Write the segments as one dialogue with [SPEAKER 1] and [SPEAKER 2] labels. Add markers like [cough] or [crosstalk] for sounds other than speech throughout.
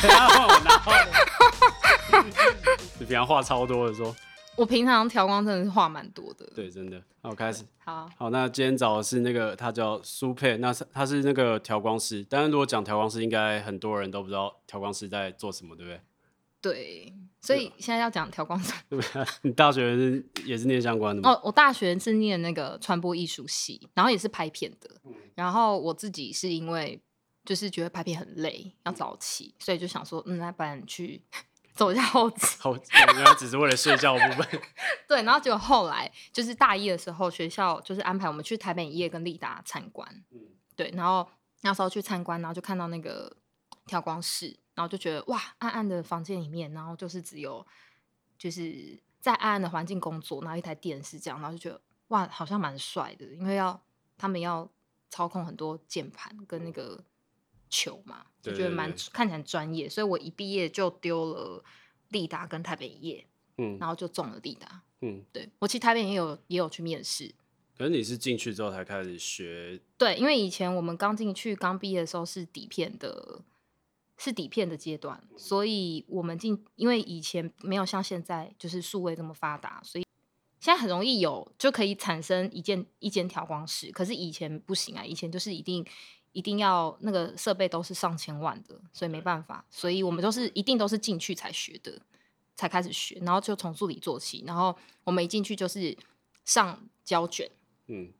[SPEAKER 1] 这样我然后呢 [laughs] 你平常话超多的说，
[SPEAKER 2] 我平常调光真的是话蛮多的。
[SPEAKER 1] 对，真的。那我开始。
[SPEAKER 2] 好，
[SPEAKER 1] 好，那今天找的是那个，他叫苏佩，那是他是那个调光师。但是如果讲调光师，应该很多人都不知道调光师在做什么，对不对？
[SPEAKER 2] 对，所以现在要讲调光师。
[SPEAKER 1] 对不对？ [laughs] 你大学是也是念相关的吗？
[SPEAKER 2] 哦，我大学是念那个传播艺术系，然后也是拍片的。然后我自己是因为就是觉得拍片很累，要早起，所以就想说，嗯，那不然去 [laughs] 走一下后期。
[SPEAKER 1] 好，原来只是为了睡觉的部
[SPEAKER 2] [laughs]
[SPEAKER 1] 分。
[SPEAKER 2] 对，然后结果后来就是大一的时候，学校就是安排我们去台北影业跟立达参观。
[SPEAKER 1] 嗯
[SPEAKER 2] 对，然后那时候去参观，然后就看到那个调光室，然后就觉得哇，暗暗的房间里面，然后就是只有就是在暗暗的环境工作，然后一台电视这样，然后就觉得哇，好像蛮帅的，因为要他们要操控很多键盘跟那个球嘛，就
[SPEAKER 1] 嗯对
[SPEAKER 2] 觉得
[SPEAKER 1] 对
[SPEAKER 2] 蛮
[SPEAKER 1] 对
[SPEAKER 2] 看起来很专业，所以我一毕业就丢了立达跟台北影业，
[SPEAKER 1] 嗯
[SPEAKER 2] 然后就中了立达。
[SPEAKER 1] 嗯。
[SPEAKER 2] 对我其实台北也有也有去面试，
[SPEAKER 1] 可是你是进去之后才开始学，
[SPEAKER 2] 对，因为以前我们刚进去刚毕业的时候是底片的，是底片的阶段，所以我们进，因为以前没有像现在就是数位这么发达，所以现在很容易有就可以产生一件一间调光室，可是以前不行啊，以前就是一定。一定要那个设备都是上千万的，所以没办法，所以我们都是一定都是进去才学的，才开始学，然后就从助理做起，然后我们一进去就是上胶卷，
[SPEAKER 1] 嗯，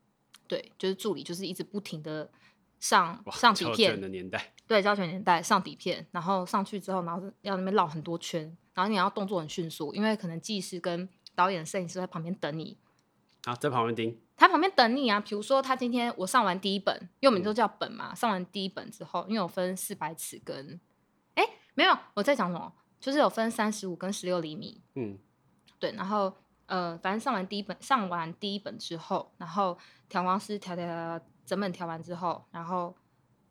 [SPEAKER 2] 对，就是助理就是一直不停的上
[SPEAKER 1] 哇，
[SPEAKER 2] 上底
[SPEAKER 1] 胶卷的
[SPEAKER 2] 片，
[SPEAKER 1] 年代，
[SPEAKER 2] 对，胶卷年代上底片，然后上去之后，然后要那边绕很多圈，然后你要动作很迅速，因为可能技师跟导演、摄影师在旁边等你，
[SPEAKER 1] 啊，在旁边盯，
[SPEAKER 2] 他旁边等你啊。比如说他今天我上完第一本，因为我们
[SPEAKER 1] 嗯
[SPEAKER 2] 都叫本嘛，上完第一本之后，因为我分四百尺跟，哎，没有，我在讲什么？就是有分三十五跟十六厘米，
[SPEAKER 1] 嗯，
[SPEAKER 2] 对，然后呃，反正上完第一本，上完第一本之后，然后调光师调调调调整本调完之后，然后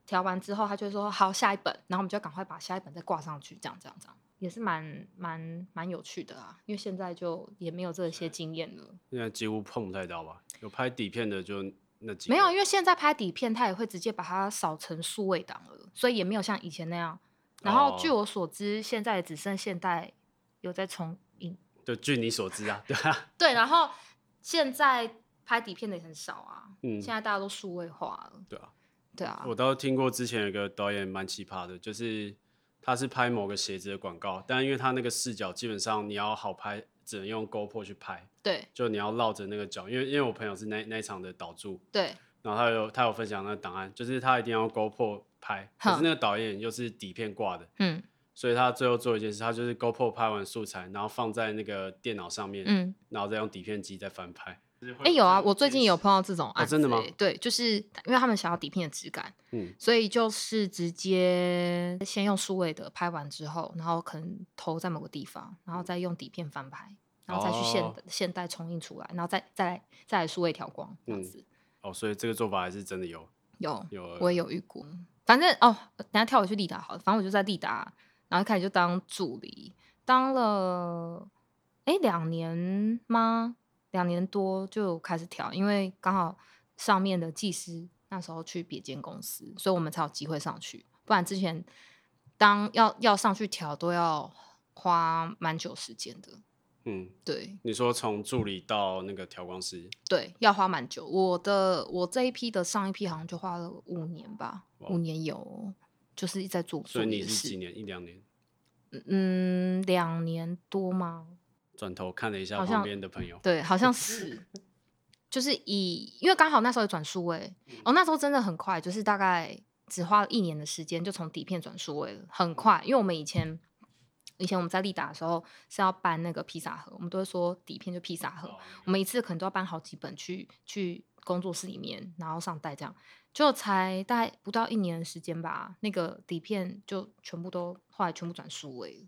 [SPEAKER 2] 调完之后，他就说好下一本，然后我们就赶快把下一本再挂上去，这样这样这样，也是蛮蛮蛮有趣的啊，因为现在就也没有这些经验了，
[SPEAKER 1] 现在几乎碰不太到吧？有拍底片的就那几个，
[SPEAKER 2] 没有，因为现在拍底片，他也会直接把它扫成数位档了，所以也没有像以前那样。然后据
[SPEAKER 1] 哦
[SPEAKER 2] 我所知，现在只剩现代有在重影
[SPEAKER 1] 就据你所知啊，对 [laughs] 啊，
[SPEAKER 2] 对，然后现在拍底片的也很少啊，
[SPEAKER 1] 嗯
[SPEAKER 2] 现，在大家都数位化了，
[SPEAKER 1] 对啊，
[SPEAKER 2] 对啊，
[SPEAKER 1] 我倒听过之前有一个导演蛮奇葩的，就是他是拍某个鞋子的广告，但因为他那个视角基本上你要好拍，只能用 GoPro 去拍，
[SPEAKER 2] 对
[SPEAKER 1] 就你要绕着那个角，因为因为我朋友是那那一场的导助，
[SPEAKER 2] 对
[SPEAKER 1] 然后他有他有分享那个档案，就是他一定要 GoPro 拍，可是
[SPEAKER 2] 哼
[SPEAKER 1] 那个导演又是底片挂的，
[SPEAKER 2] 嗯
[SPEAKER 1] 所以他最后做一件事，他就是 GoPro 拍完素材，然后放在那个电脑上面，
[SPEAKER 2] 嗯，
[SPEAKER 1] 然后再用底片机再翻拍。
[SPEAKER 2] 哎、有啊，我最近有碰到这种案子、
[SPEAKER 1] 哦真的吗
[SPEAKER 2] 欸对，就是因为他们想要底片的质感，
[SPEAKER 1] 嗯
[SPEAKER 2] 所以就是直接先用数位的拍完之后，然后可能投在某个地方，然后再用底片翻拍，然后再去现、
[SPEAKER 1] 嗯哦
[SPEAKER 2] 现代重印出来，然后再再来再来数位调光这样
[SPEAKER 1] 嗯
[SPEAKER 2] 子。
[SPEAKER 1] 哦，所以这个做法还是真的有
[SPEAKER 2] 有
[SPEAKER 1] 有
[SPEAKER 2] 我也有遇过。反正哦，等下跳回去利达好了。反正我就在利达，然后一开始就当助理，当了哎两年吗？两年多就开始调，因为刚好上面的技师那时候去别间公司，所以我们才有机会上去。不然之前当要要上去调都要花蛮久时间的。
[SPEAKER 1] 嗯。
[SPEAKER 2] 对
[SPEAKER 1] 你说从助理到那个调光师，
[SPEAKER 2] 对，要花蛮久。我的我这一批的上一批好像就花了五年吧，
[SPEAKER 1] 哇
[SPEAKER 2] 五年有哦，就是一直在做助
[SPEAKER 1] 所以
[SPEAKER 2] 理
[SPEAKER 1] 你
[SPEAKER 2] 的
[SPEAKER 1] 是几
[SPEAKER 2] 事。
[SPEAKER 1] 年一两年？
[SPEAKER 2] 嗯，两年多吗？
[SPEAKER 1] 转头看了一下
[SPEAKER 2] 好
[SPEAKER 1] 旁
[SPEAKER 2] 像
[SPEAKER 1] 边的朋友，
[SPEAKER 2] 对，好像是，就是以因为刚好那时候也转数位，
[SPEAKER 1] 嗯
[SPEAKER 2] 哦，那时候真的很快，就是大概只花了一年的时间就从底片转数位了，很快。因为我们以前以前我们在利达的时候是要搬那个披萨盒，我们都会说底片就披萨
[SPEAKER 1] 哦
[SPEAKER 2] 盒，我们一次可能都要搬好几本去去工作室里面，然后上带这样，就才大概不到一年的时间吧，那个底片就全部都后来全部转数位了。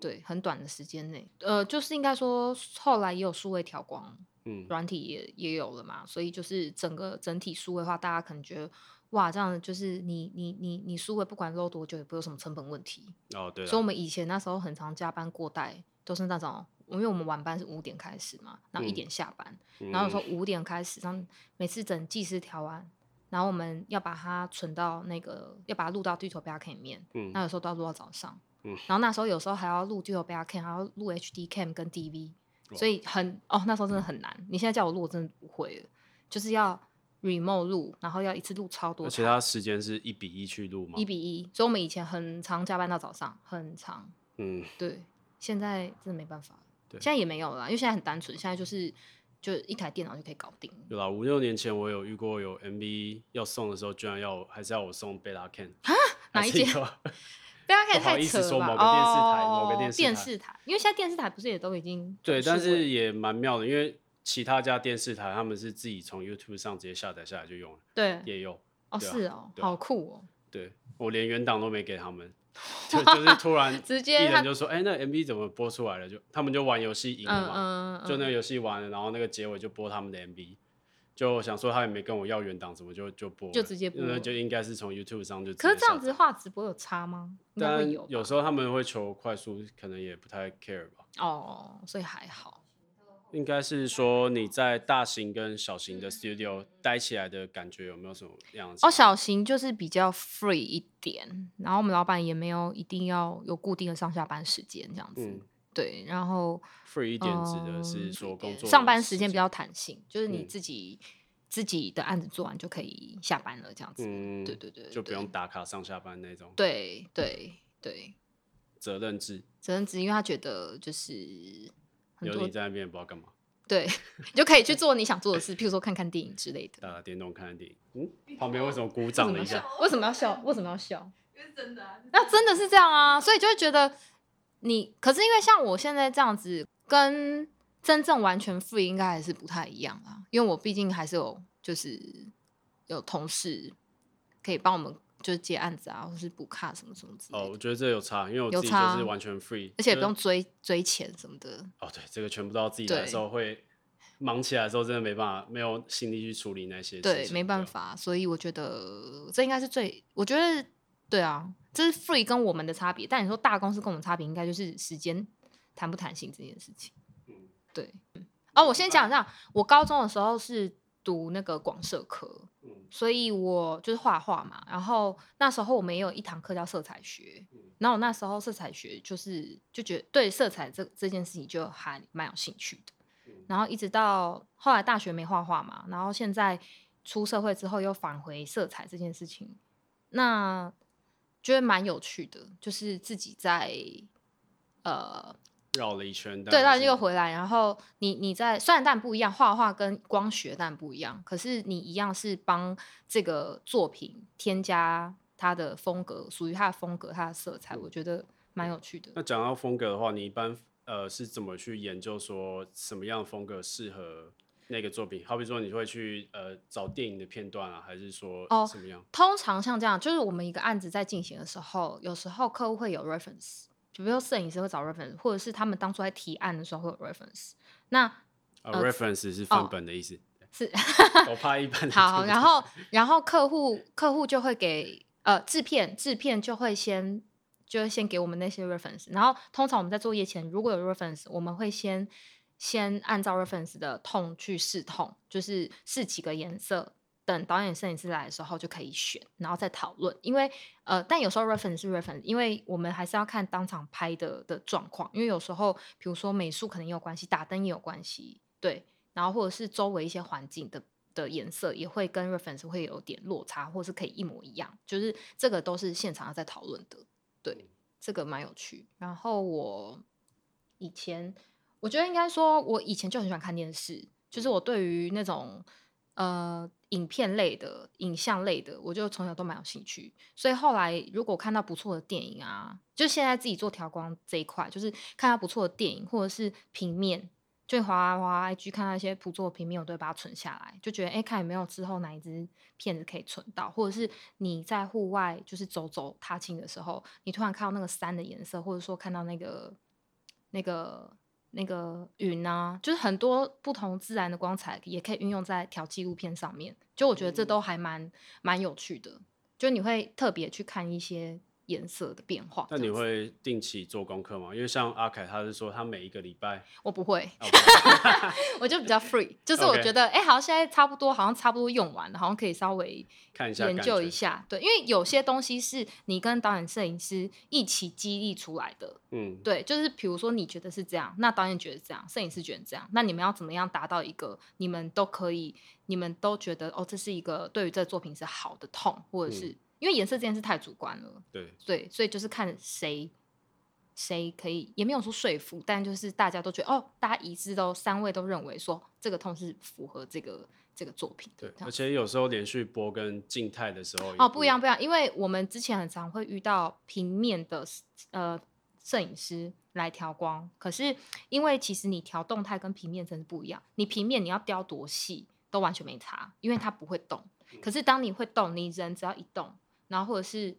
[SPEAKER 2] 对，很短的时间内，呃，就是应该说后来也有数位调光，
[SPEAKER 1] 嗯，
[SPEAKER 2] 软体也也有了嘛，所以就是整个整体数位化，大家可能觉得哇，这样就是你你你你数位不管漏多久也不会有什么成本问题，
[SPEAKER 1] 哦对
[SPEAKER 2] 所以我
[SPEAKER 1] 了，
[SPEAKER 2] 们以前那时候很常加班过带，都是那种，因为我们晚班是五点开始嘛，然后一
[SPEAKER 1] 嗯
[SPEAKER 2] 点下班，
[SPEAKER 1] 嗯
[SPEAKER 2] 然后有时候五点开始，然后每次整技师调完，然后我们要把它存到那个，要把它录到地球 b a c 里面。
[SPEAKER 1] 嗯
[SPEAKER 2] 那有时候都要录到早上。
[SPEAKER 1] 嗯
[SPEAKER 2] 然后那时候有时候还要录地球 b a c 还要录 HD cam 跟 DV，
[SPEAKER 1] 哇
[SPEAKER 2] 所以很哦，那时候真的很难。你现在叫我录，我真的不会了，就是要 remote 录，然后要一次录超多
[SPEAKER 1] 而
[SPEAKER 2] 台，
[SPEAKER 1] 且它时间是一比一去录嘛
[SPEAKER 2] 一，比一。所以我们以前很常加班到早上，很长。
[SPEAKER 1] 嗯，
[SPEAKER 2] 对，现在真的没办法了。
[SPEAKER 1] 对
[SPEAKER 2] 现在也没有了啦，因为现在很单纯，现在就是就一台电脑就可以搞定了。
[SPEAKER 1] 有啦，五六年前我有遇过有 MV 要送的时候，居然要我还是要我送贝拉 Can 啊？
[SPEAKER 2] 哪一间 [laughs] 大家可以
[SPEAKER 1] 不好
[SPEAKER 2] 太
[SPEAKER 1] 意
[SPEAKER 2] 扯
[SPEAKER 1] 思
[SPEAKER 2] 了
[SPEAKER 1] 说
[SPEAKER 2] 吧
[SPEAKER 1] 某个电视台某个
[SPEAKER 2] 哦
[SPEAKER 1] 电视台
[SPEAKER 2] 台，因为现在电视台不是也都已经
[SPEAKER 1] 对，
[SPEAKER 2] 数
[SPEAKER 1] 但
[SPEAKER 2] 位
[SPEAKER 1] 是也蛮妙的，因为其他家电视台他们是自己从 YouTube 上直接下载下来就用了，
[SPEAKER 2] 对
[SPEAKER 1] 也有。
[SPEAKER 2] 哦
[SPEAKER 1] 对啊
[SPEAKER 2] 是哦，
[SPEAKER 1] 对啊
[SPEAKER 2] 好酷哦，
[SPEAKER 1] 对我连原档都没给他们，
[SPEAKER 2] [laughs]
[SPEAKER 1] 就就是突然
[SPEAKER 2] 直
[SPEAKER 1] 艺
[SPEAKER 2] 接他
[SPEAKER 1] 人就说：“哎、那 MV 怎么播出来了？”就他们就玩游戏赢了
[SPEAKER 2] 嗯
[SPEAKER 1] 嘛，
[SPEAKER 2] 嗯嗯，
[SPEAKER 1] 就那个游戏完了，然后那个结尾就播他们的 MV。就想说他也没跟我要原档，怎么就就播了
[SPEAKER 2] 就直接播
[SPEAKER 1] 那
[SPEAKER 2] 了
[SPEAKER 1] 就应该是从 YouTube 上就直接
[SPEAKER 2] 可是这样
[SPEAKER 1] 下载
[SPEAKER 2] 子画质不会有差吗？应该
[SPEAKER 1] 但
[SPEAKER 2] 会有吧
[SPEAKER 1] 有时候他们会求快速，可能也不太 care 吧。
[SPEAKER 2] 哦，所以还好。
[SPEAKER 1] 应该是说你在大型跟小型的 studio 待起来的感觉有没有什么样子？
[SPEAKER 2] 嗯哦，小型就是比较 free 一点，然后我们老板也没有一定要有固定的上下班时间这样子，
[SPEAKER 1] 嗯
[SPEAKER 2] 对，然后
[SPEAKER 1] ，free 一点指的
[SPEAKER 2] 嗯
[SPEAKER 1] 是说工作的
[SPEAKER 2] 上班时间比较弹性，就是你
[SPEAKER 1] 嗯
[SPEAKER 2] 自己、自己的案子做完就可以下班了，这样子。
[SPEAKER 1] 嗯，
[SPEAKER 2] 对对对，
[SPEAKER 1] 就不
[SPEAKER 2] 对
[SPEAKER 1] 用打卡上下班那种
[SPEAKER 2] 对对对，
[SPEAKER 1] 责任制，
[SPEAKER 2] 责任制，因为他觉得就是很
[SPEAKER 1] 有
[SPEAKER 2] 多
[SPEAKER 1] 你在那边也不知道干嘛，
[SPEAKER 2] 对， [laughs] 你就可以去做你想做的事，譬如说看看电影之类的。
[SPEAKER 1] 打打电动、看看电影。嗯，旁边为什么鼓掌了一下？
[SPEAKER 2] 为什么要笑？为什么要笑？
[SPEAKER 3] 因为真的啊，
[SPEAKER 2] 那真的是这样啊，所以就会觉得你，可是因为像我现在这样子，跟真正完全 free 应该还是不太一样啊，因为我毕竟还是有就是有同事可以帮我们就是接案子啊，或是补卡什么什么之类
[SPEAKER 1] 哦，
[SPEAKER 2] 的，
[SPEAKER 1] 我觉得这有差，因为我自己
[SPEAKER 2] 有差
[SPEAKER 1] 就是完全 free，
[SPEAKER 2] 而且也
[SPEAKER 1] 就
[SPEAKER 2] 不用追追钱什么的。
[SPEAKER 1] 哦，对，这个全部都要自己来的
[SPEAKER 2] 对
[SPEAKER 1] 时候会。忙起来的时候真的没办法，没有心力去处理那些事情。
[SPEAKER 2] 对，没办
[SPEAKER 1] 啊。
[SPEAKER 2] 法，所以我觉得这应该是最，我觉得对啊，这是 free 跟我们的差别。但你说大公司跟我们差别，应该就是时间弹不弹性这件事情。
[SPEAKER 1] 嗯
[SPEAKER 2] 对。哦，我先讲一下，我高中的时候是读那个广社科，
[SPEAKER 1] 嗯
[SPEAKER 2] 所以我就是画画嘛。然后那时候我们也有一堂课叫色彩学
[SPEAKER 1] 嗯，
[SPEAKER 2] 然后我那时候色彩学就是就觉得对色彩这这件事情就还蛮有兴趣的
[SPEAKER 1] 嗯。
[SPEAKER 2] 然后一直到后来大学没画画嘛，然后现在出社会之后又返回色彩这件事情，那觉得蛮有趣的，就是自己在呃
[SPEAKER 1] 绕了一圈，但
[SPEAKER 2] 对，
[SPEAKER 1] 还
[SPEAKER 2] 那
[SPEAKER 1] 是
[SPEAKER 2] 就回来。然后你你在虽然但不一样，画画跟光学但不一样，可是你一样是帮这个作品添加它的风格，属于它的风格，它的色彩，我觉得蛮有趣的。
[SPEAKER 1] 那讲到风格的话，你一般呃是怎么去研究说什么样的风格适合那个作品？好比说你会去呃找电影的片段啊，还是说
[SPEAKER 2] 哦
[SPEAKER 1] 什么样？
[SPEAKER 2] 通常像这样，就是我们一个案子在进行的时候，有时候客户会有 reference，就比如说摄影师会找 reference，或者是他们当初在提案的时候会有 reference。那
[SPEAKER 1] 呃
[SPEAKER 2] 呃
[SPEAKER 1] r e f e r e n c e 是范本的意
[SPEAKER 2] [laughs]
[SPEAKER 1] 思。
[SPEAKER 2] 是
[SPEAKER 1] 我怕一般人听
[SPEAKER 2] 好，
[SPEAKER 1] 不
[SPEAKER 2] 然
[SPEAKER 1] 懂
[SPEAKER 2] 后然后客户客户就会给呃制片制片就会先就会先给我们那些 reference，然后通常我们在作业前如果有 reference，我们会先先按照 reference 的痛去试痛，就是试几个颜色。等导演、摄影师来的时候就可以选，然后再讨论。因为呃，但有时候 reference 是 reference，因为我们还是要看当场拍的的状况。因为有时候，比如说美术可能也有关系，打灯也有关系，对。然后或者是周围一些环境的的颜色也会跟 reference 会有点落差，或是可以一模一样，就是这个都是现场在讨论的。对，这个蛮有趣。然后我以前我觉得应该说，我以前就很喜欢看电视，就是我对于那种呃影片类的、影像类的，我就从小都蛮有兴趣。所以后来如果看到不错的电影啊，就现在自己做调光这一块，就是看到不错的电影或者是平面，就滑啊滑啊 IG 看到一些不错的平面，我都会把它存下来，就觉得哎、诶看有没有之后哪一支片子可以存到，或者是你在户外就是走走踏青的时候，你突然看到那个山的颜色，或者说看到那个那个那个云啊，就是很多不同自然的光彩也可以运用在调纪录片
[SPEAKER 1] 嗯
[SPEAKER 2] 上面。就我觉得这都还蛮蛮有趣的，就你会特别去看一些颜色的变化。
[SPEAKER 1] 那你
[SPEAKER 2] 这样子
[SPEAKER 1] 会定期做功课吗？因为像阿凯，他是说他每一个礼
[SPEAKER 2] [laughs]
[SPEAKER 1] 拜，
[SPEAKER 2] 我不会，
[SPEAKER 1] 啊不
[SPEAKER 2] 我就比较 free，就是我
[SPEAKER 1] OK
[SPEAKER 2] 觉得哎、好像现在差不多，好像差不多用完了，好像可以稍微
[SPEAKER 1] 看一下，
[SPEAKER 2] 研究一。下。对，因为有些东西是你跟导演、摄影师一起激励出来的。
[SPEAKER 1] 嗯，
[SPEAKER 2] 对，就是比如说你觉得是这样，那导演觉得这样，摄影师觉得这样，那你们要怎么样达到一个你们都可以，你们都觉得哦，这是一个对于这个作品是好的痛，或者是、
[SPEAKER 1] 嗯
[SPEAKER 2] 因为颜色这件事太主观了，
[SPEAKER 1] 对，
[SPEAKER 2] 对，所以就是看谁谁可以，也没有说说服，但就是大家都觉得哦，大家一致都三位都认为说这个痛是符合这个这个作品的
[SPEAKER 1] 对，
[SPEAKER 2] 这样
[SPEAKER 1] 而且有时候连续播跟静态的时候也
[SPEAKER 2] 哦，不一样，不一样，因为我们之前很常会遇到平面的呃摄影师来调光，可是因为其实你调动态跟平面真的不一样，你平面你要雕多细都完全没差，因为它不会动。
[SPEAKER 1] 嗯
[SPEAKER 2] 可是当你会动，你人只要一动，然后或者是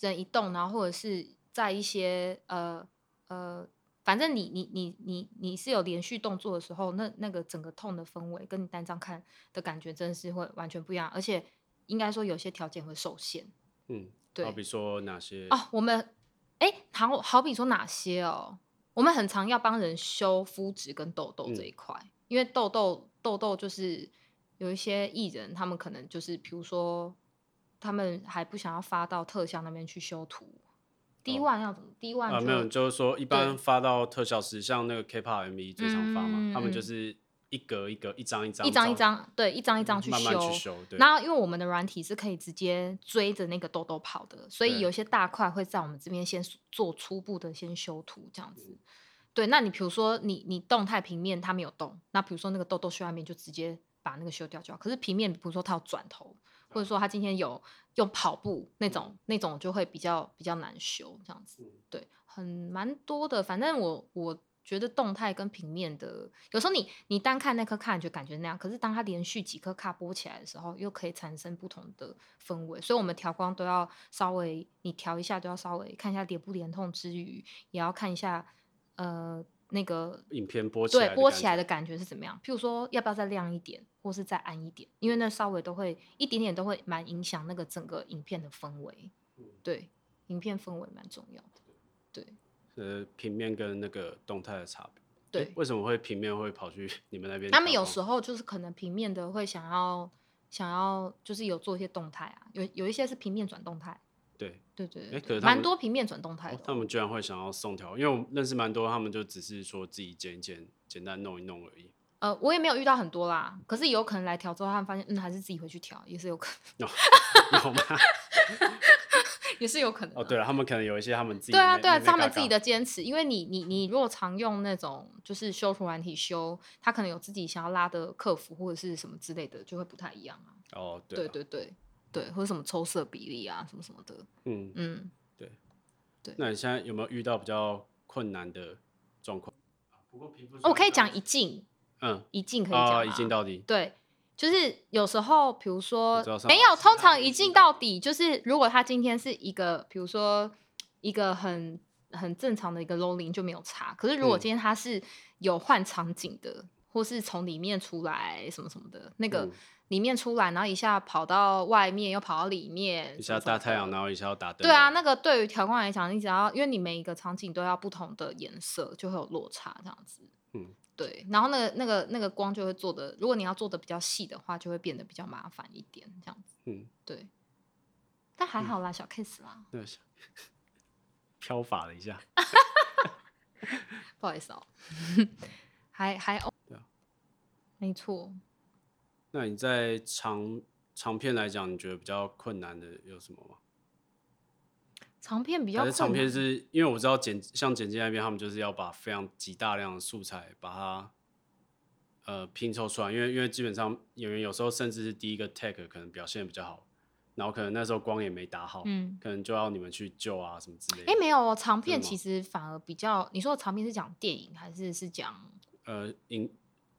[SPEAKER 2] 人一动，然后或者是在一些呃呃，反正你你你你你是有连续动作的时候，那那个整个痛的氛围跟你单张看的感觉真的是会完全不一样，而且应该说有些条件会受限。
[SPEAKER 1] 嗯，
[SPEAKER 2] 对
[SPEAKER 1] 好比说哪些
[SPEAKER 2] 哦，我们哎、好好比说哪些哦，我们很常要帮人修肤质跟痘痘
[SPEAKER 1] 嗯
[SPEAKER 2] 这一块，因为痘痘痘痘就是有一些艺人，他们可能就是比如说他们还不想要发到特效那边去修图。D
[SPEAKER 1] 哦
[SPEAKER 2] one 要怎么？D one
[SPEAKER 1] 啊，没有，就是说一般
[SPEAKER 2] 对
[SPEAKER 1] 发到特效师，像那个 K-pop MV 最常发嘛，
[SPEAKER 2] 嗯
[SPEAKER 1] 他们就
[SPEAKER 2] 嗯
[SPEAKER 1] 是一格一格、一张一张、嗯
[SPEAKER 2] 一张一张，对，一张一张去
[SPEAKER 1] 慢慢去修，对，
[SPEAKER 2] 然后，因为我们的软体是可以直接追着那个痘痘跑的，所
[SPEAKER 1] 对
[SPEAKER 2] 以有一些大块会在我们这边先做初步的先修图这样子。
[SPEAKER 1] 嗯
[SPEAKER 2] 对，那你比如说你你动态平面它没有动，那比如说那个痘痘修外面就直接把那个修掉就好。可是平面，比如说它有转头，
[SPEAKER 1] 嗯
[SPEAKER 2] 或者说它今天有用跑步那种那种就会比较比较难修这样子。对，很蛮多的。反正我我觉得动态跟平面的，有时候你你单看那颗卡，你就感觉那样。可是当它连续几颗卡播起来的时候，又可以产生不同的氛围。所以我们调光都要稍微，你调一下都要稍微看一下连不连通之余，也要看一下呃那个
[SPEAKER 1] 影片播起来
[SPEAKER 2] 对
[SPEAKER 1] 的
[SPEAKER 2] 播
[SPEAKER 1] 感
[SPEAKER 2] 起来
[SPEAKER 1] 觉
[SPEAKER 2] 的感觉是怎么样？譬如说，要不要再亮一点，或是再暗一点？因为那稍微都会一点点都会蛮影响那个整个影片的氛围。
[SPEAKER 1] 嗯
[SPEAKER 2] 对，影片氛围蛮重要的。对
[SPEAKER 1] 呃平面跟那个动态的差别。诶
[SPEAKER 2] 对，
[SPEAKER 1] 为什么会平面会跑去你们那边调光？
[SPEAKER 2] 他们有时候就是可能平面的会想要想要就是有做一些动态啊，有有一些是平面转动态。
[SPEAKER 1] 对，
[SPEAKER 2] 对对
[SPEAKER 1] 诶
[SPEAKER 2] 对
[SPEAKER 1] 可是
[SPEAKER 2] 对，
[SPEAKER 1] 他们
[SPEAKER 2] 蛮多平面转动态
[SPEAKER 1] 哦
[SPEAKER 2] 的
[SPEAKER 1] 他
[SPEAKER 2] 哦。
[SPEAKER 1] 们居然会想要送条，因为我认识蛮多，他们就只是说自己剪一剪，简单弄一弄而已。
[SPEAKER 2] 呃，我也没有遇到很多啦，可是有可能来调之后，他们发现嗯，还是自己回去调，也是有可能， [laughs]
[SPEAKER 1] 有 [laughs] 吗？
[SPEAKER 2] 也是有可能啊、
[SPEAKER 1] 哦，对了，他们可能有一些他们自己
[SPEAKER 2] 对啊，
[SPEAKER 1] 妹
[SPEAKER 2] 对啊，
[SPEAKER 1] 妹
[SPEAKER 2] 是
[SPEAKER 1] 妹
[SPEAKER 2] 他们
[SPEAKER 1] 嘎
[SPEAKER 2] 自己
[SPEAKER 1] 嘎
[SPEAKER 2] 的坚持，因为你你你如果常用那种就是修图软体修，他可能有自己想要拉的客服或者是什么之类的，就会不太一样啊。
[SPEAKER 1] 哦，对
[SPEAKER 2] 对
[SPEAKER 1] 啊，
[SPEAKER 2] 对对对，或者什么抽色比例啊，什么什么的。
[SPEAKER 1] 嗯，
[SPEAKER 2] 嗯，
[SPEAKER 1] 那你现在有没有遇到比较困难的状况？不过皮肤
[SPEAKER 2] 哦我可以讲一镜，
[SPEAKER 1] 嗯
[SPEAKER 2] 一镜可以讲
[SPEAKER 1] 啊，
[SPEAKER 2] 吗
[SPEAKER 1] 一镜到底，
[SPEAKER 2] 对，就是有时候，比如
[SPEAKER 1] 我
[SPEAKER 2] 说
[SPEAKER 1] 知道上
[SPEAKER 2] 没
[SPEAKER 1] 网
[SPEAKER 2] 有，
[SPEAKER 1] 是
[SPEAKER 2] 通
[SPEAKER 1] 他
[SPEAKER 2] 常
[SPEAKER 1] 会
[SPEAKER 2] 一
[SPEAKER 1] 知
[SPEAKER 2] 镜
[SPEAKER 1] 道
[SPEAKER 2] 到底，就是如果他今天是一个，比如说一个很很正常的一个 rolling 就没有差，可是如果
[SPEAKER 1] 嗯
[SPEAKER 2] 今天他是有换场景的，或是从里面出来什么什么的，那个
[SPEAKER 1] 嗯
[SPEAKER 2] 里面出来，然后一下跑到外面，又跑到里面，
[SPEAKER 1] 一
[SPEAKER 2] 什
[SPEAKER 1] 下
[SPEAKER 2] 么什么
[SPEAKER 1] 大太
[SPEAKER 2] 的
[SPEAKER 1] 阳，然后一下要打灯，
[SPEAKER 2] 对啊，，那个对于调光来讲，你只要因为你每一个场景都要不同的颜色，就会有落差这样子。
[SPEAKER 1] 嗯，
[SPEAKER 2] 对。然后那个那个那个光就会做的，如果你要做的比较细的话，就会变得比较麻烦一点这样子。
[SPEAKER 1] 嗯，
[SPEAKER 2] 对。但还好啦，小 case 啦，
[SPEAKER 1] 那下 [laughs] 飘法了一下。
[SPEAKER 2] 不好
[SPEAKER 1] [laughs]
[SPEAKER 2] 意思哦、还还 O。
[SPEAKER 1] 对啊
[SPEAKER 2] 没错，
[SPEAKER 1] 那你在长长片来讲，你觉得比较困难的有什么吗？
[SPEAKER 2] 长片比较
[SPEAKER 1] 还是
[SPEAKER 2] 困
[SPEAKER 1] 长片
[SPEAKER 2] 难
[SPEAKER 1] 是因为我知道剪像剪辑那边，他们就是要把非常极大量的素材把它呃拼凑出来，因为因为基本上演员有时候甚至是第一个 take 可能表现比较好，然后可能那时候光也没打好，
[SPEAKER 2] 嗯，
[SPEAKER 1] 可能就要你们去救啊什么之类的。
[SPEAKER 2] 哎、没有哦，长片
[SPEAKER 1] 吗
[SPEAKER 2] 其实反而比较，你说的长片是讲电影还是是讲
[SPEAKER 1] 呃影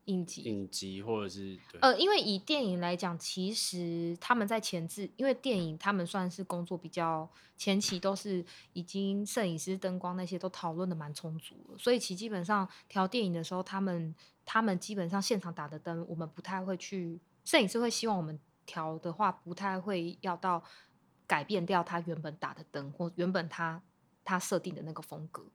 [SPEAKER 2] 影集？
[SPEAKER 1] 影集或者是对、
[SPEAKER 2] 呃，因为以电影来讲，其实他们在前置，因为电影他们算是工作比较前期都是已经摄影师、灯光那些都讨论的蛮充足了，所以其基本上调电影的时候，他们他们基本上现场打的灯，我们不太会去，摄影师会希望我们调的话，不太会要到改变掉他原本打的灯或原本他他设定的那个风格。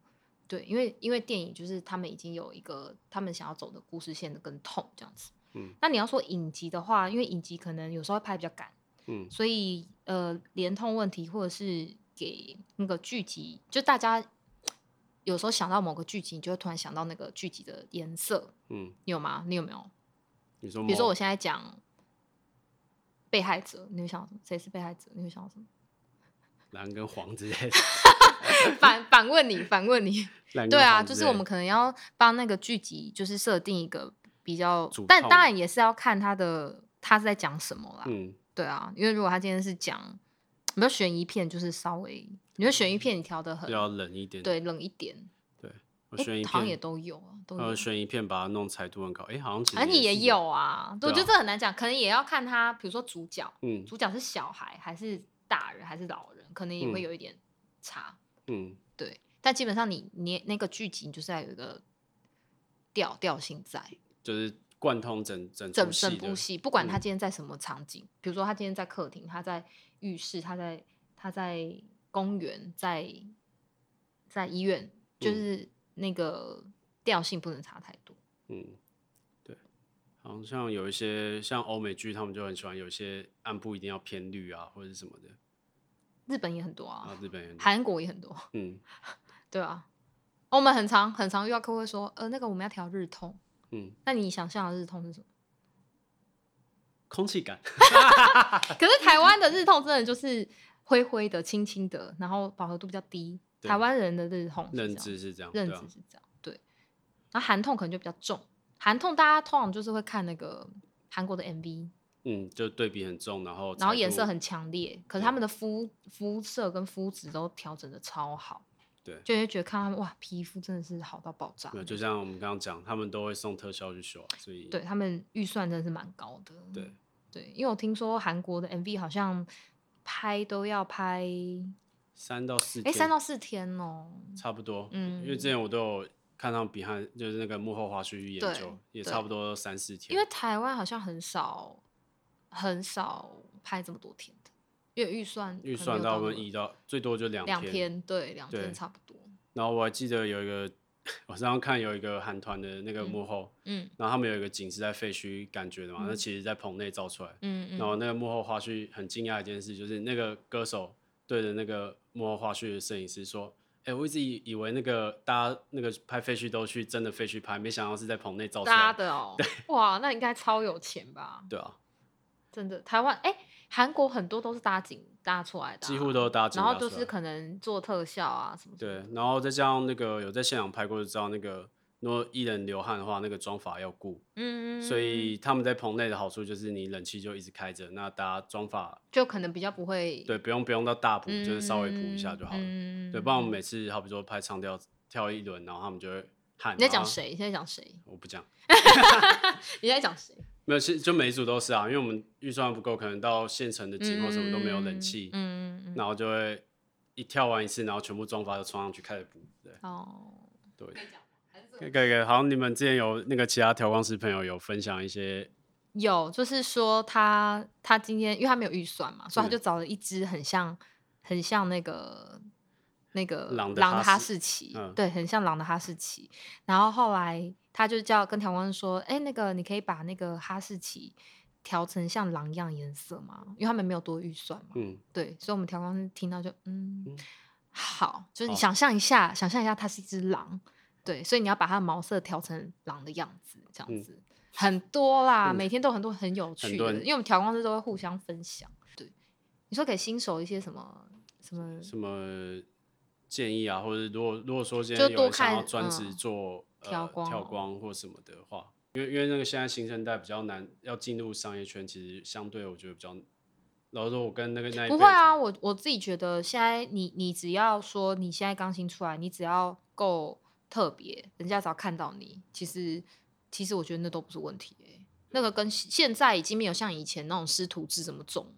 [SPEAKER 2] 对，因为因为电影就是他们已经有一个他们想要走的故事线的跟痛这样子。
[SPEAKER 1] 嗯
[SPEAKER 2] 那你要说影集的话，因为影集可能有时候会拍比较赶，
[SPEAKER 1] 嗯
[SPEAKER 2] 所以呃连通问题或者是给那个剧集，就大家有时候想到某个剧集，你就会突然想到那个剧集的颜色，
[SPEAKER 1] 嗯，
[SPEAKER 2] 你有吗？你有没有？
[SPEAKER 1] 你说
[SPEAKER 2] 比如说
[SPEAKER 1] 某
[SPEAKER 2] 我现在讲被害者，你会想到什么？谁是被害者？你会想到什么？
[SPEAKER 1] 蓝跟黄之类的，
[SPEAKER 2] [laughs] 反反问你，反
[SPEAKER 1] [laughs]
[SPEAKER 2] 问你。
[SPEAKER 1] 蓝跟
[SPEAKER 2] 对啊，
[SPEAKER 1] 黄之
[SPEAKER 2] 就是
[SPEAKER 1] 类
[SPEAKER 2] 我
[SPEAKER 1] 的
[SPEAKER 2] 们可能要帮那个剧集，就是设定一个比较
[SPEAKER 1] 主，
[SPEAKER 2] 但
[SPEAKER 1] 套
[SPEAKER 2] 当
[SPEAKER 1] 的
[SPEAKER 2] 然也是要看他的他是在讲什么啦。
[SPEAKER 1] 嗯
[SPEAKER 2] 对啊，因为如果他今天是讲，比如悬疑片，就是稍微，你说悬
[SPEAKER 1] 嗯
[SPEAKER 2] 疑片你调的很
[SPEAKER 1] 比较冷一点。，
[SPEAKER 2] 对冷一点，
[SPEAKER 1] 我
[SPEAKER 2] 诶
[SPEAKER 1] 悬疑
[SPEAKER 2] 好像也
[SPEAKER 1] 片，
[SPEAKER 2] 都有啊，都有
[SPEAKER 1] 呃，。悬疑片把它弄彩度很高，哎，好像其
[SPEAKER 2] 而
[SPEAKER 1] 实
[SPEAKER 2] 你也
[SPEAKER 1] 是，
[SPEAKER 2] 有啊，
[SPEAKER 1] 对
[SPEAKER 2] 我觉得
[SPEAKER 1] 啊
[SPEAKER 2] 这很难讲，可能也要看他，比如说主角，
[SPEAKER 1] 嗯
[SPEAKER 2] 主角是小孩还是大人还是老人，可能也会
[SPEAKER 1] 嗯
[SPEAKER 2] 有一点差。
[SPEAKER 1] 嗯
[SPEAKER 2] 对，但基本上你你那个剧集你就是要有一个调调性在，
[SPEAKER 1] 就是贯通整整
[SPEAKER 2] 整
[SPEAKER 1] 出
[SPEAKER 2] 整
[SPEAKER 1] 戏
[SPEAKER 2] 部
[SPEAKER 1] 的，
[SPEAKER 2] 戏，不管他
[SPEAKER 1] 嗯
[SPEAKER 2] 今天在什么场景，比如说他今天在客厅，他在浴室，他在他在公园，在在医院，就
[SPEAKER 1] 嗯
[SPEAKER 2] 是那个调性不能差太多。
[SPEAKER 1] 嗯，对，好像有一些像欧美剧，他们就很喜欢有一些暗部一定要偏绿啊，或者是什么的，
[SPEAKER 2] 日本也很多
[SPEAKER 1] 啊
[SPEAKER 2] 啊，，
[SPEAKER 1] 日本人，
[SPEAKER 2] [laughs] 韩国也很多， [laughs]
[SPEAKER 1] 嗯
[SPEAKER 2] 对啊。我们很常很常遇到客户会说，呃，那个我们要调日通，
[SPEAKER 1] 嗯，
[SPEAKER 2] 那你想象的日通是什么？ [laughs]
[SPEAKER 1] 空气感，
[SPEAKER 2] 可是台湾的日通真的就是灰灰的、青青的，然后饱和度比较低。
[SPEAKER 1] 对
[SPEAKER 2] 台湾人的日通是这
[SPEAKER 1] 认
[SPEAKER 2] 样
[SPEAKER 1] 知是这样，
[SPEAKER 2] 认
[SPEAKER 1] 对啊
[SPEAKER 2] 知是这样，对。然后韩痛可能就比较重，韩痛大家通常就是会看那个韩国的 MV，
[SPEAKER 1] 嗯，就对比很重，然后
[SPEAKER 2] 然后
[SPEAKER 1] 彩
[SPEAKER 2] 颜色
[SPEAKER 1] 度
[SPEAKER 2] 很强烈，可是
[SPEAKER 1] 对啊
[SPEAKER 2] 他们的肤肤色跟肤质都调整的超好，
[SPEAKER 1] 对，
[SPEAKER 2] 就会觉得看他们哇，皮肤真的是好到爆炸
[SPEAKER 1] 对，，就像我们刚刚讲，他们都会送特效去修啊，所以
[SPEAKER 2] 对他们预算真的是蛮高的，
[SPEAKER 1] 对，
[SPEAKER 2] 对，因为我听说韩国的 MV 好像拍都要拍，
[SPEAKER 1] 三到四
[SPEAKER 2] 哎，
[SPEAKER 1] 天，
[SPEAKER 2] 三到四天哦，
[SPEAKER 1] 差不多，
[SPEAKER 2] 嗯
[SPEAKER 1] 因为之前我都有看到比汉，就是那个幕后花絮去研究
[SPEAKER 2] 对，
[SPEAKER 1] 也
[SPEAKER 2] 对
[SPEAKER 1] 差不多三四天，
[SPEAKER 2] 因为台湾好像很少很少拍这么多天的，因为预算
[SPEAKER 1] 预
[SPEAKER 2] 可能
[SPEAKER 1] 算
[SPEAKER 2] 没有
[SPEAKER 1] 大
[SPEAKER 2] 那
[SPEAKER 1] 部
[SPEAKER 2] 么
[SPEAKER 1] 分一到最多就两
[SPEAKER 2] 两篇，对，两篇差不多。
[SPEAKER 1] 然后我还记得有一个，我上次看有一个韩团的那个
[SPEAKER 2] 嗯
[SPEAKER 1] 幕后，
[SPEAKER 2] 嗯
[SPEAKER 1] 然后他们有一个景是在废墟感觉的嘛，那
[SPEAKER 2] 嗯
[SPEAKER 1] 其实在棚内照出来。
[SPEAKER 2] 嗯嗯，
[SPEAKER 1] 然后那个幕后花絮很惊讶的一件事，就是那个歌手对着那个幕后花絮的摄影师说：“哎、我一直以以为那个大家那个拍废墟都去真的废墟拍，没想到是在棚内照出
[SPEAKER 2] 搭
[SPEAKER 1] 来。
[SPEAKER 2] 的哦，哇，那应该超有钱吧”？
[SPEAKER 1] 对啊，
[SPEAKER 2] 真的，台湾哎，韩国很多都是搭景搭出来的啊、
[SPEAKER 1] 几乎都搭景
[SPEAKER 2] 然后
[SPEAKER 1] 搭
[SPEAKER 2] 就
[SPEAKER 1] 出
[SPEAKER 2] 是
[SPEAKER 1] 来
[SPEAKER 2] 可能做特效啊什么什么
[SPEAKER 1] 对
[SPEAKER 2] 的，，
[SPEAKER 1] 然后再加上那个有在现场拍过就知道，那个如果艺人流汗的话，那个妆法要顾，
[SPEAKER 2] 嗯，嗯
[SPEAKER 1] 所以
[SPEAKER 2] 嗯
[SPEAKER 1] 他们在棚内的好处就是你冷气就一直开着，那大家妆法
[SPEAKER 2] 就可能比较不会
[SPEAKER 1] 对不用不用到大补，
[SPEAKER 2] 嗯，
[SPEAKER 1] 就是稍微补一下就好了。
[SPEAKER 2] 嗯
[SPEAKER 1] 对，不然我们每次好比说拍唱跳跳一轮，然后他们就会喊。
[SPEAKER 2] 嗯你在
[SPEAKER 1] 然
[SPEAKER 2] 讲
[SPEAKER 1] 后
[SPEAKER 2] 谁？你在讲谁？
[SPEAKER 1] 我不讲，
[SPEAKER 2] 你在讲谁？
[SPEAKER 1] 没有，其实就每一组都是啊，因为我们预算不够，可能到县城的景或什么都没有冷气，
[SPEAKER 2] 嗯嗯嗯嗯
[SPEAKER 1] 然后就会一跳完一次，然后全部妆发就冲上去开始补。对
[SPEAKER 2] 嗯，哦，
[SPEAKER 1] 对，可以可以可以，好像你们之前有那个其他调光师朋友有分享一些，
[SPEAKER 2] 有，就是说他他今天，因为他没有预算嘛，所以
[SPEAKER 1] 嗯
[SPEAKER 2] 他就找了一只很像很像那个那个
[SPEAKER 1] 狼的
[SPEAKER 2] 狼
[SPEAKER 1] 哈
[SPEAKER 2] 哈
[SPEAKER 1] 士
[SPEAKER 2] 士奇，
[SPEAKER 1] 嗯
[SPEAKER 2] 对，很像狼的哈士奇。然后后来他就叫跟调光师说：“哎、那个你可以把那个哈士奇调成像狼一样颜色吗？因为他们没有多预算嘛。
[SPEAKER 1] 嗯，
[SPEAKER 2] 对，所以我们调光师听到就嗯
[SPEAKER 1] 嗯
[SPEAKER 2] 好，就是你
[SPEAKER 1] 好
[SPEAKER 2] 想象一下，想象一下它是一只狼，对，所以你要把它的毛色调成狼的样子，这样
[SPEAKER 1] 嗯
[SPEAKER 2] 子、很多啦，
[SPEAKER 1] 嗯
[SPEAKER 2] 每天都有很多很有趣
[SPEAKER 1] 多
[SPEAKER 2] 的，
[SPEAKER 1] 人
[SPEAKER 2] 因为我们调光师都会互相分享。对，你说给新手一些什么什么，
[SPEAKER 1] 什么建议啊，或者如果如果说今
[SPEAKER 2] 就
[SPEAKER 1] 天有
[SPEAKER 2] 多
[SPEAKER 1] 人想
[SPEAKER 2] 看
[SPEAKER 1] 要专职
[SPEAKER 2] 嗯
[SPEAKER 1] 做、呃
[SPEAKER 2] 调光
[SPEAKER 1] 跳
[SPEAKER 2] 哦
[SPEAKER 1] 光或什么的话，因为因为那个现在新生代比较难，要进入商业圈，其实相对我觉得比较，老实说，我跟那个那一
[SPEAKER 2] 不
[SPEAKER 1] 辈
[SPEAKER 2] 会
[SPEAKER 1] 的
[SPEAKER 2] 啊，我我自己觉得现在你你只要说你现在刚新出来，你只要够特别，人家只要看到你，其实其实我觉得那都不是问题、欸、那个跟现现在已经没有像以前那种师徒制这么重。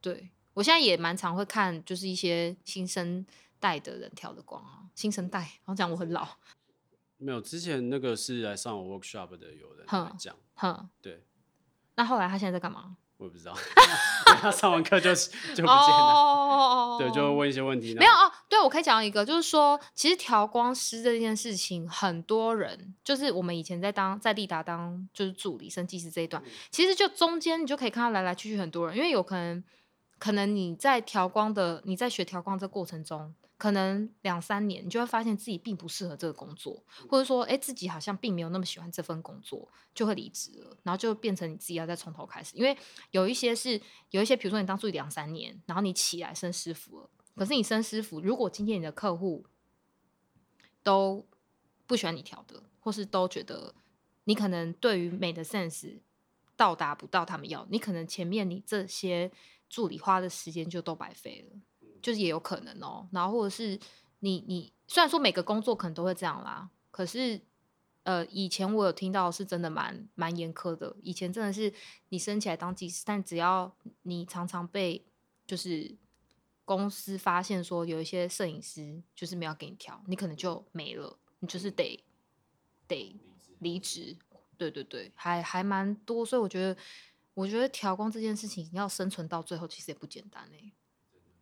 [SPEAKER 2] 对我现在也蛮常会看，就是一些新生代的人跳的光啊，新生代，然后讲我很老，
[SPEAKER 1] 没有之前那个是来上我 workshop 的有人来
[SPEAKER 2] 哼
[SPEAKER 1] 讲，
[SPEAKER 2] 哼。
[SPEAKER 1] 对 [laughs]
[SPEAKER 2] 那后来他现在在干嘛？
[SPEAKER 1] 我也不知道，他上完课就就不见了。 [laughs]
[SPEAKER 2] 哦
[SPEAKER 1] 对，就会问一些问题。
[SPEAKER 2] 没有哦，对，我可以讲一个，就是说，其实调光师这件事情，很多人就是我们以前在当在利达当就是助理生技师这一段，其实就中间你就可以看到来来去去很多人，因为有可能可能你在调光的你在学调光这过程中，可能两三年你就会发现自己并不适合这个工作，或者说哎自己好像并没有那么喜欢这份工作，就会离职了，然后就变成你自己要再从头开始，因为有一些是有一些，比如说你当助理两三年，然后你起来升师傅了。可是你升师傅，如果今天你的客户都不喜欢你调的，或是都觉得你可能对于美的 sense 到达不到他们要，你可能前面你这些助理花的时间就都白费了，就是也有可能哦。然后或者是你你虽然说每个工作可能都会这样啦，可是呃，以前我有听到是真的蛮蛮严苛的，以前真的是你升起来当技师，但只要你常常被就是公司发现说有一些摄影师就是没有给你调，你可能就没了，你就是得得离职。对对对，还还蛮多，所以我觉得，我觉得调光这件事情要生存到最后，其实也不简单哎、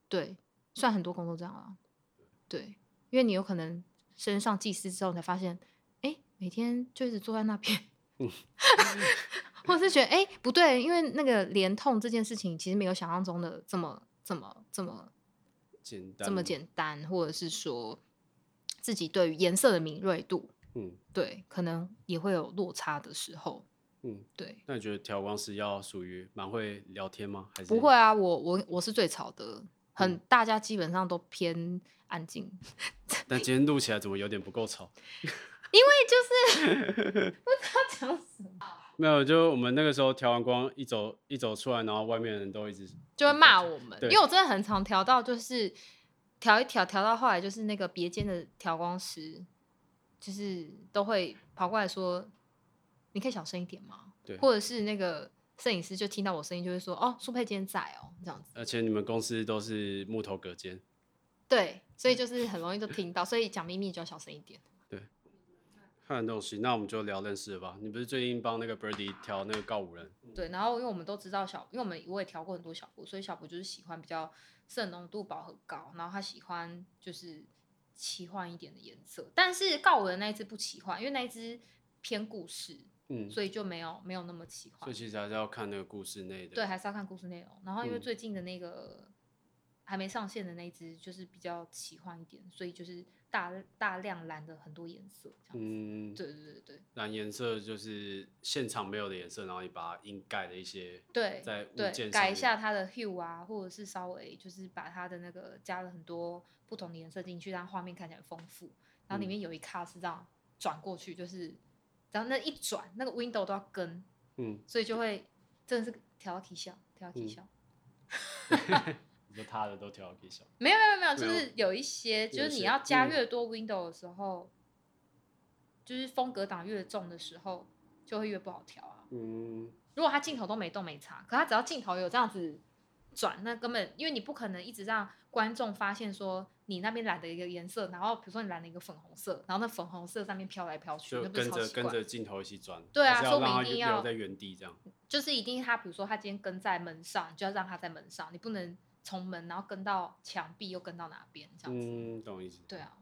[SPEAKER 2] 对，虽然很多工作这样啊，对，因为你有可能升上技师之后，你才发现，哎、每天就一直坐在那边，或者是觉得，哎、不对，因为那个连痛这件事情，其实没有想象中的这么这么这么
[SPEAKER 1] 简单
[SPEAKER 2] 这么简单，或者是说自己对于颜色的敏锐度，
[SPEAKER 1] 嗯
[SPEAKER 2] 对，可能也会有落差的时候，
[SPEAKER 1] 嗯，
[SPEAKER 2] 对。
[SPEAKER 1] 那你觉得调光师要属于蛮会聊天吗？还是嗯
[SPEAKER 2] 不会？啊，我我我是最吵的，很、大家基本上都偏安静，因
[SPEAKER 1] 但今天录起来怎么有点不够吵？
[SPEAKER 2] 为就是
[SPEAKER 1] [laughs]
[SPEAKER 2] 不知道讲什么，
[SPEAKER 1] 没有，就我们那个时候调完光一走一走出来，然后外面的人都一直
[SPEAKER 2] 就会骂我们，
[SPEAKER 1] 对
[SPEAKER 2] 因为我真的很常调到就是调一调调到后来就是那个别间的调光师，就是都会跑过来说，你可以小声一点吗？
[SPEAKER 1] 对
[SPEAKER 2] 或者是那个摄影师就听到我声音就会说，哦，苏佩今天在哦，这样子。
[SPEAKER 1] 而且你们公司都是木头隔间，
[SPEAKER 2] 对，
[SPEAKER 1] 嗯
[SPEAKER 2] 所以就是很容易就听到，所以讲秘密就要小声一点。
[SPEAKER 1] 看东西。那我们就聊认识的吧。你不是最近帮那个 Birdy 调那个告五人？
[SPEAKER 2] 对，然后因为我们都知道小，因为我们我也调过很多小布，所以小布就是喜欢比较色浓度饱和高，然后他喜欢就是奇幻一点的颜色。但是告我的那一只不奇幻，因为那一只偏故事，
[SPEAKER 1] 嗯，
[SPEAKER 2] 所以就没有没有那么奇
[SPEAKER 1] 所
[SPEAKER 2] 幻
[SPEAKER 1] 以。其实还是要看那个故事内的。
[SPEAKER 2] 对，还是要看故事内容。然后因为
[SPEAKER 1] 嗯
[SPEAKER 2] 最近的那个还没上线的那一只就是比较奇幻一点，所以就是大大量蓝的很多颜色这样子。
[SPEAKER 1] 嗯，
[SPEAKER 2] 对对对对
[SPEAKER 1] 蓝颜色就是现场没有的颜色，然后你把它硬盖了一些
[SPEAKER 2] 对。
[SPEAKER 1] 在物件上
[SPEAKER 2] 对，
[SPEAKER 1] 面
[SPEAKER 2] 改一下它的 hue 啊，或者是稍微就是把它的那个加了很多不同的颜色进去，让画面看起来很丰富。然后里面
[SPEAKER 1] 嗯
[SPEAKER 2] 有一卡是这样转过去，就是然后那一转，那个 window 都要跟，
[SPEAKER 1] 嗯，
[SPEAKER 2] 所以就会真的是调到啼笑，调到啼笑。
[SPEAKER 1] 你说他的都调可以小。
[SPEAKER 2] 没有没有没有，
[SPEAKER 1] 没
[SPEAKER 2] 就
[SPEAKER 1] 有
[SPEAKER 2] 是有一些，就
[SPEAKER 1] 有一
[SPEAKER 2] 是你
[SPEAKER 1] 些
[SPEAKER 2] 要加
[SPEAKER 1] 嗯
[SPEAKER 2] 越多 window 的时候，就是风格档越重的时候，就会越不好调啊。
[SPEAKER 1] 嗯，
[SPEAKER 2] 如果他镜头都没动没差，可他只要镜头有这样子转，那根本因为你不可能一直让观众发现说你那边染的一个颜色，然后比如说你染了一个粉红色，然后那粉红色上面飘来飘去，
[SPEAKER 1] 就
[SPEAKER 2] 那不是
[SPEAKER 1] 跟
[SPEAKER 2] 超
[SPEAKER 1] 着
[SPEAKER 2] 奇
[SPEAKER 1] 跟
[SPEAKER 2] 怪？
[SPEAKER 1] 着镜头一起转，
[SPEAKER 2] 对啊
[SPEAKER 1] 还是要
[SPEAKER 2] 说明
[SPEAKER 1] 让它
[SPEAKER 2] 一定
[SPEAKER 1] 留
[SPEAKER 2] 要
[SPEAKER 1] 留在原地这样。
[SPEAKER 2] 就是一定他比如说他今天跟在门上，你就要让他在门上，你不能从门然后跟到墙壁又跟到哪边这样子。
[SPEAKER 1] 嗯，懂我意思。
[SPEAKER 2] 对啊，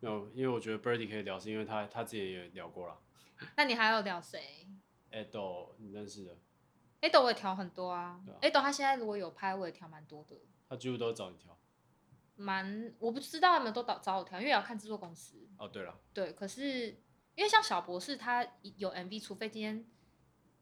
[SPEAKER 1] 没有，因为我觉得 Birdy 可以聊，是因为他他自己也聊过了。
[SPEAKER 2] 那你还要聊谁
[SPEAKER 1] Edo，你认识的，
[SPEAKER 2] ？Ado 我也调很多啊
[SPEAKER 1] 对啊
[SPEAKER 2] ，Ado 他现在如果有拍我也调蛮多的，
[SPEAKER 1] 他几乎都找你调。
[SPEAKER 2] 蛮我不知道他们都找找我调，因为也要看制作公司。
[SPEAKER 1] 哦，对了，
[SPEAKER 2] 对，可是因为像小博士他有 MV，除非今天，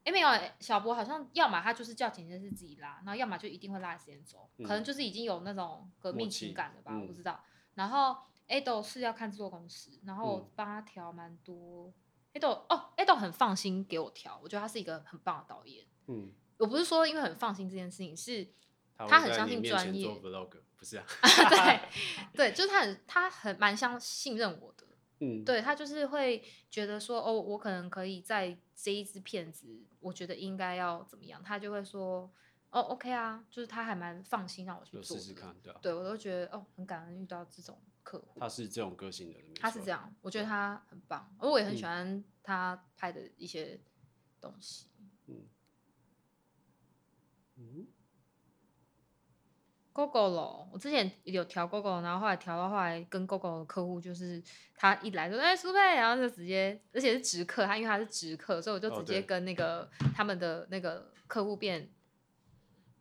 [SPEAKER 2] 哎没有，小博好像要么他就是叫剪接师自己拉，然后要么就一定会拉时间轴，可
[SPEAKER 1] 嗯
[SPEAKER 2] 能就是已经有那种革
[SPEAKER 1] 默
[SPEAKER 2] 命
[SPEAKER 1] 契
[SPEAKER 2] 情感了吧，我
[SPEAKER 1] 嗯
[SPEAKER 2] 不知道。然后 Ado 是要看制作公司，然后
[SPEAKER 1] 嗯
[SPEAKER 2] 我帮他调蛮多。Ado 哦，Ado 很放心给我调，我觉得他是一个很棒的导演。
[SPEAKER 1] 嗯，
[SPEAKER 2] 我不是说因为很放心这件事情，是 [laughs]
[SPEAKER 1] 他
[SPEAKER 2] 他
[SPEAKER 1] 会
[SPEAKER 2] 很
[SPEAKER 1] 在
[SPEAKER 2] 相
[SPEAKER 1] 你
[SPEAKER 2] 信
[SPEAKER 1] 面前
[SPEAKER 2] 专业
[SPEAKER 1] 做 vlog，不是啊？
[SPEAKER 2] 对
[SPEAKER 1] [laughs]
[SPEAKER 2] 对，就是他很他很蛮相信任我的，
[SPEAKER 1] 嗯， [laughs]
[SPEAKER 2] 对他就是会觉得说，哦，我可能可以在这一支片子，我觉得应该要怎么样，他就会说，哦，OK 啊，就是他还蛮放心让我去
[SPEAKER 1] 就
[SPEAKER 2] 做
[SPEAKER 1] 试
[SPEAKER 2] 的。
[SPEAKER 1] 试看，对啊。
[SPEAKER 2] 对我都觉得哦，很感恩遇到这种客户，
[SPEAKER 1] 他是这种个性的人，没
[SPEAKER 2] 他是
[SPEAKER 1] 错嗯
[SPEAKER 2] 这。样，我觉得他很棒，而我也很喜欢他拍的一些东西。
[SPEAKER 1] 嗯
[SPEAKER 2] GoGo 咯，我之前有调 GoGo，然后后来调到后来跟 GoGo 的客户，就是他一来就哎苏贝，然后就直接，而且是直客，他因为他是直客，所以我就
[SPEAKER 1] 哦
[SPEAKER 2] 直
[SPEAKER 1] 对
[SPEAKER 2] 接跟那个、他们的那个客户变，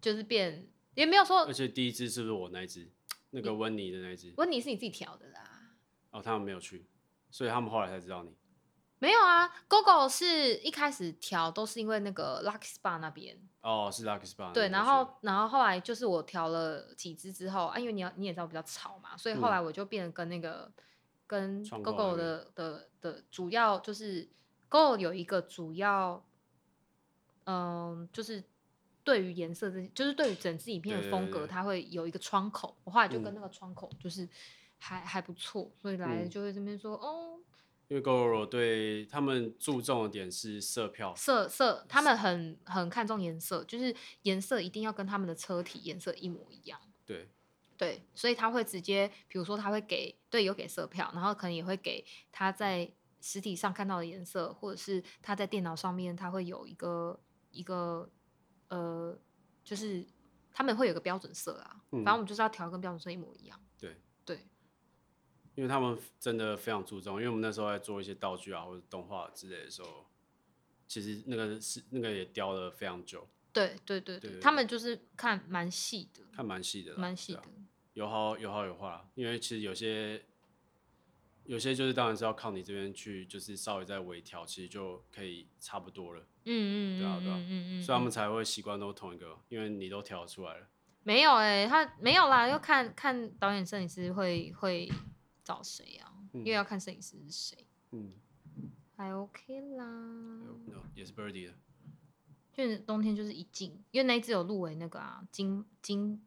[SPEAKER 2] 就是变也没有说
[SPEAKER 1] 而且第一只是不是我那一只？那个温妮的那一只？
[SPEAKER 2] 温妮是你自己调的啦，
[SPEAKER 1] 哦，他们没有去，所以他们后来才知道你。
[SPEAKER 2] 没有啊，GoGo 是一开始调都是因为那个 Lucky Spa 那边，
[SPEAKER 1] 哦，是 Lucky Spa 那个去。
[SPEAKER 2] 对，然后然后后来就是我调了几支之后，啊，因为你要你也知道我比较吵嘛，所以后来我就变得跟那个、跟
[SPEAKER 1] 嗯创
[SPEAKER 2] GoGo
[SPEAKER 1] 购那个
[SPEAKER 2] 的的的主要就是 GoGo 有一个主要，嗯，就是对于颜色这，就是对于整支影片的
[SPEAKER 1] 对对
[SPEAKER 2] 风
[SPEAKER 1] 对
[SPEAKER 2] 格，
[SPEAKER 1] 对
[SPEAKER 2] 它会有一个窗口。我后来就跟
[SPEAKER 1] 嗯
[SPEAKER 2] 那个窗口就是还还不错，所以来
[SPEAKER 1] 嗯
[SPEAKER 2] 就会这边说、哦，
[SPEAKER 1] 因为 GoGo 对他们注重的点是色票，
[SPEAKER 2] 色色，他们很很看重颜色，就是颜色一定要跟他们的车体颜色一模一样。
[SPEAKER 1] 对，
[SPEAKER 2] 对，所以他会直接，比如说他会给队友给色票，然后可能也会给他在实体上看到的颜色，或者是他在电脑上面他会有一个一个呃，就是他们会有个标准色啊，
[SPEAKER 1] 嗯
[SPEAKER 2] 反正我们就是要调跟标准色一模一样。
[SPEAKER 1] 对
[SPEAKER 2] 对，
[SPEAKER 1] 因为他们真的非常注重。因为我们那时候在做一些道具啊或者动画之类的时候，其实那个是那个也雕了非常久，
[SPEAKER 2] 对对对
[SPEAKER 1] 对
[SPEAKER 2] 对，
[SPEAKER 1] 对
[SPEAKER 2] 他
[SPEAKER 1] 对
[SPEAKER 2] 们就是看蛮细的，
[SPEAKER 1] 看蛮细的啦，
[SPEAKER 2] 蛮细
[SPEAKER 1] 对
[SPEAKER 2] 的
[SPEAKER 1] 啊。有好有好有坏啦，因为其实有些有些就是当然是要靠你这边去，就是稍微再微调，其实就可以差不多了，
[SPEAKER 2] 嗯嗯嗯
[SPEAKER 1] 对啊
[SPEAKER 2] 嗯
[SPEAKER 1] 对啊
[SPEAKER 2] 嗯嗯嗯，
[SPEAKER 1] 所以他们才会习惯都同一个，因为你都调出来了。
[SPEAKER 2] 没有哎、他没有啦，要看看导演摄影师会会找谁啊，
[SPEAKER 1] 嗯
[SPEAKER 2] 因为要看摄影师是谁。
[SPEAKER 1] 嗯，
[SPEAKER 2] 还 OK 啦，
[SPEAKER 1] no, 也是 Birdy 的，
[SPEAKER 2] 就是冬天就是一进，因为那一只有入围那个啊金金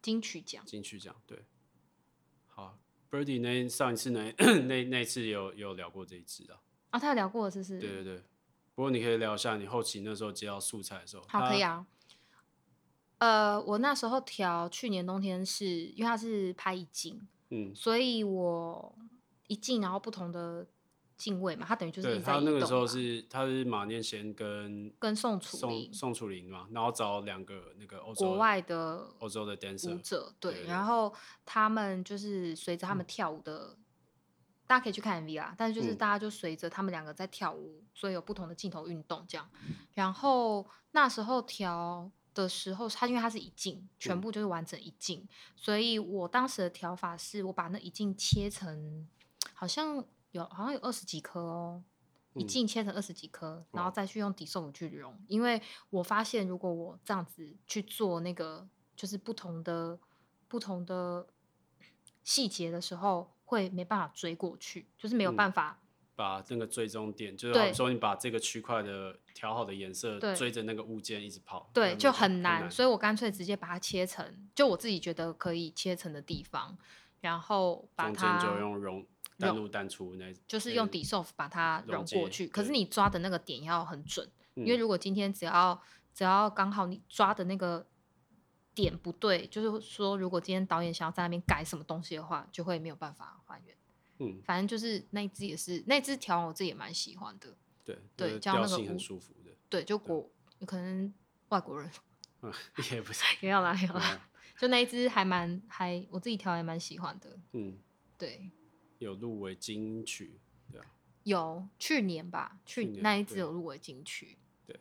[SPEAKER 2] 金曲奖，
[SPEAKER 1] 金曲奖对。好，Birdy 那上一次 [clears throat] 那那那一次有有聊过这一次啊，
[SPEAKER 2] 啊，他有聊过是不是？
[SPEAKER 1] 对对对。不过你可以聊一下你后期那时候接到素材的时候，
[SPEAKER 2] 好，
[SPEAKER 1] 它
[SPEAKER 2] 可以，啊。呃，我那时候调去年冬天是因为他是拍一镜，
[SPEAKER 1] 嗯，
[SPEAKER 2] 所以我一镜然后不同的镜位嘛，他等于就是一
[SPEAKER 1] 对
[SPEAKER 2] 直在
[SPEAKER 1] 他
[SPEAKER 2] 移
[SPEAKER 1] 那个
[SPEAKER 2] 动
[SPEAKER 1] 时候
[SPEAKER 2] 嘛
[SPEAKER 1] 是他是马念先跟
[SPEAKER 2] 跟宋楚
[SPEAKER 1] 宋
[SPEAKER 2] 林
[SPEAKER 1] 宋楚林嘛，然后找两个那个欧洲
[SPEAKER 2] 国外的
[SPEAKER 1] 欧洲的
[SPEAKER 2] 舞
[SPEAKER 1] dancer，
[SPEAKER 2] 者，
[SPEAKER 1] 对
[SPEAKER 2] 对，
[SPEAKER 1] 对
[SPEAKER 2] 然后他们就是随着他们跳舞的，大家可以去看 MV 啦，但是就是
[SPEAKER 1] 嗯
[SPEAKER 2] 大家就随着他们两个在跳舞，所以有不同的镜头运动这样。然后那时候调的时候，它因为它是一镜，全
[SPEAKER 1] 嗯
[SPEAKER 2] 部就是完整一镜，所以我当时的调法是我把那一镜切成，好像有好像有二十几颗哦。一
[SPEAKER 1] 嗯
[SPEAKER 2] 镜切成二十几颗，然后
[SPEAKER 1] 哦
[SPEAKER 2] 再去用底瘦五去融，因为我发现如果我这样子去做那个就是不同的不同的细节的时候，会没办法追过去，就是没有
[SPEAKER 1] 嗯
[SPEAKER 2] 办法。
[SPEAKER 1] 把那个追踪点，就是
[SPEAKER 2] 对
[SPEAKER 1] 好比说你把这个区块的调好的颜色
[SPEAKER 2] 对
[SPEAKER 1] 追着那个物件一直跑，那
[SPEAKER 2] 对，
[SPEAKER 1] 个
[SPEAKER 2] 就
[SPEAKER 1] 很
[SPEAKER 2] 很难，
[SPEAKER 1] 难。
[SPEAKER 2] 所以我干脆直接把它切成，就我自己觉得可以切成的地方，然后把
[SPEAKER 1] 中间
[SPEAKER 2] 它
[SPEAKER 1] 就用融单入单出那，嗯
[SPEAKER 2] 就是
[SPEAKER 1] 那
[SPEAKER 2] 用
[SPEAKER 1] 个
[SPEAKER 2] 底 s o 把它
[SPEAKER 1] 溶
[SPEAKER 2] 融过
[SPEAKER 1] 解
[SPEAKER 2] 去。可是
[SPEAKER 1] 对
[SPEAKER 2] 你抓的那个点要很准，因为
[SPEAKER 1] 嗯
[SPEAKER 2] 如果今天只要只要刚好你抓的那个点不对，就是说如果今天导演想要在那边改什么东西的话，就会没有办法还原。
[SPEAKER 1] 嗯，
[SPEAKER 2] 反正就是那一只也是那一只条，我自己也蛮喜欢的。
[SPEAKER 1] 对
[SPEAKER 2] 对
[SPEAKER 1] 那个
[SPEAKER 2] 这样
[SPEAKER 1] 调
[SPEAKER 2] 那个
[SPEAKER 1] 性很
[SPEAKER 2] 物
[SPEAKER 1] 舒服的，
[SPEAKER 2] 对，就国有可能外国人 [laughs]
[SPEAKER 1] 嗯，也不是，
[SPEAKER 2] 也要啦，也要
[SPEAKER 1] 对
[SPEAKER 2] 啦。
[SPEAKER 1] 啊
[SPEAKER 2] [laughs] 就那一只还蛮还我自己调也蛮喜欢的。
[SPEAKER 1] 嗯，
[SPEAKER 2] 对，
[SPEAKER 1] 有入围金曲，对啊，
[SPEAKER 2] 有去年吧，去
[SPEAKER 1] 去年
[SPEAKER 2] 那一只
[SPEAKER 1] 对
[SPEAKER 2] 有入围金曲。
[SPEAKER 1] 对，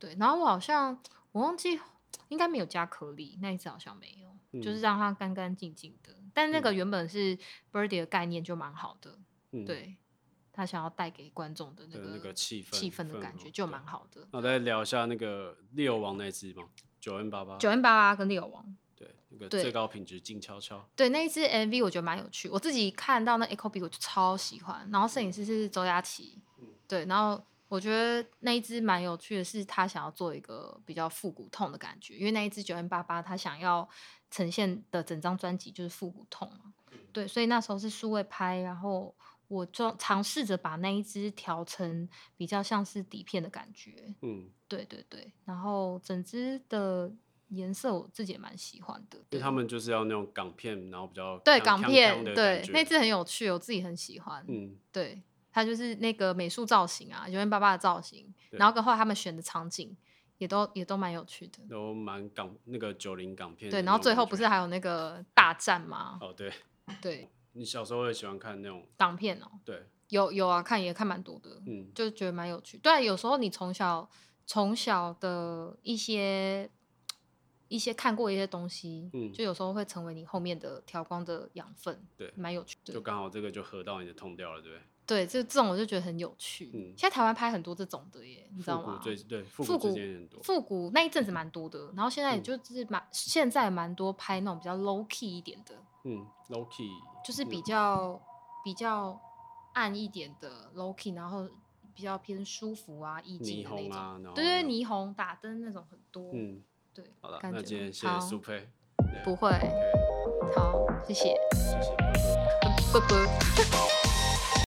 [SPEAKER 2] 对，然后我好像我忘记，应该没有加颗粒，那一只好像没有，就是让它干干净净的。但那个
[SPEAKER 1] 嗯
[SPEAKER 2] 原本是 Birdy 的概念就蛮好的，
[SPEAKER 1] 嗯，
[SPEAKER 2] 对他想要带给观众的那
[SPEAKER 1] 对
[SPEAKER 2] 个
[SPEAKER 1] 那个气氛
[SPEAKER 2] 气氛的
[SPEAKER 1] 氛
[SPEAKER 2] 感觉
[SPEAKER 1] 围
[SPEAKER 2] 就
[SPEAKER 1] 对
[SPEAKER 2] 蛮好的。
[SPEAKER 1] 那我再聊一下那个六王那只嘛，九 N 八八，
[SPEAKER 2] 九 N 八八跟六哦王，
[SPEAKER 1] 对，那个
[SPEAKER 2] 对
[SPEAKER 1] 最高品质静悄悄，
[SPEAKER 2] 对那一支 MV 我觉得蛮有趣，我自己看到那 Echo B 我就超喜欢，然后摄
[SPEAKER 1] 嗯
[SPEAKER 2] 影师是周佳琪，对，然后我觉得那一支蛮有趣的是，他想要做一个比较复古痛的感觉，因为那一支九 N 八八他想要呈现的整张专辑就是复古痛嘛，
[SPEAKER 1] 嗯
[SPEAKER 2] 对，所以那时候是数位拍，然后我就尝试着把那一支调成比较像是底片的感觉，
[SPEAKER 1] 嗯，
[SPEAKER 2] 对对对，然后整支的颜色我自己也蛮喜欢的，
[SPEAKER 1] 因为
[SPEAKER 2] 对
[SPEAKER 1] 他们就是要那种港片，然后比较
[SPEAKER 2] 对
[SPEAKER 1] 锵
[SPEAKER 2] 港
[SPEAKER 1] 锵
[SPEAKER 2] 片
[SPEAKER 1] 锵，的感
[SPEAKER 2] 对
[SPEAKER 1] 觉
[SPEAKER 2] 那只很有趣，我自己很喜欢。
[SPEAKER 1] 嗯，
[SPEAKER 2] 对，它就是那个美术造型啊，九零八八的造型，
[SPEAKER 1] 对
[SPEAKER 2] 然后跟后来他们选的场景也都也都蛮有趣的。
[SPEAKER 1] 都蛮港那个九零港片的
[SPEAKER 2] 对，
[SPEAKER 1] 那种感觉。
[SPEAKER 2] 然后最后不是还有那个大战吗？
[SPEAKER 1] 哦，对
[SPEAKER 2] 对，
[SPEAKER 1] 你小时候也喜欢看那种
[SPEAKER 2] 港片哦、
[SPEAKER 1] 对，
[SPEAKER 2] 有有啊，看也看蛮多的，
[SPEAKER 1] 嗯，
[SPEAKER 2] 就觉得蛮有趣。对啊，有时候你从小从小的一些一些看过一些东西，
[SPEAKER 1] 嗯
[SPEAKER 2] 就有时候会成为你后面的调光的养分，
[SPEAKER 1] 对
[SPEAKER 2] 蛮有趣的
[SPEAKER 1] 就。刚好这个就合到你的痛调了，对不对？
[SPEAKER 2] 对，这这种我就觉得很有趣。
[SPEAKER 1] 嗯
[SPEAKER 2] 现在台湾拍很多这种的耶，你知道
[SPEAKER 1] 复古
[SPEAKER 2] 吗？
[SPEAKER 1] 最对复
[SPEAKER 2] 复
[SPEAKER 1] 古之
[SPEAKER 2] 古
[SPEAKER 1] 间很多，
[SPEAKER 2] 复古那一阵子蛮多的，然后现在也
[SPEAKER 1] 嗯
[SPEAKER 2] 就是蛮、现在蛮多拍那种比较 low key 一点的，
[SPEAKER 1] 嗯，low key
[SPEAKER 2] 就是比
[SPEAKER 1] 嗯
[SPEAKER 2] 较、比较暗一点的 low key，然后比较偏舒服啊、意
[SPEAKER 1] 霓
[SPEAKER 2] 境的那
[SPEAKER 1] 虹
[SPEAKER 2] 种。
[SPEAKER 1] 啊，然后
[SPEAKER 2] 对对，
[SPEAKER 1] 那
[SPEAKER 2] 霓虹打灯那种很多。
[SPEAKER 1] 嗯，
[SPEAKER 2] 对，
[SPEAKER 1] 好了，
[SPEAKER 2] 感觉
[SPEAKER 1] 那今天谢
[SPEAKER 2] 好
[SPEAKER 1] 谢苏佩，
[SPEAKER 2] 不会，
[SPEAKER 1] OK，
[SPEAKER 2] 好，谢谢， [laughs]
[SPEAKER 1] 谢谢。
[SPEAKER 2] 啵啵。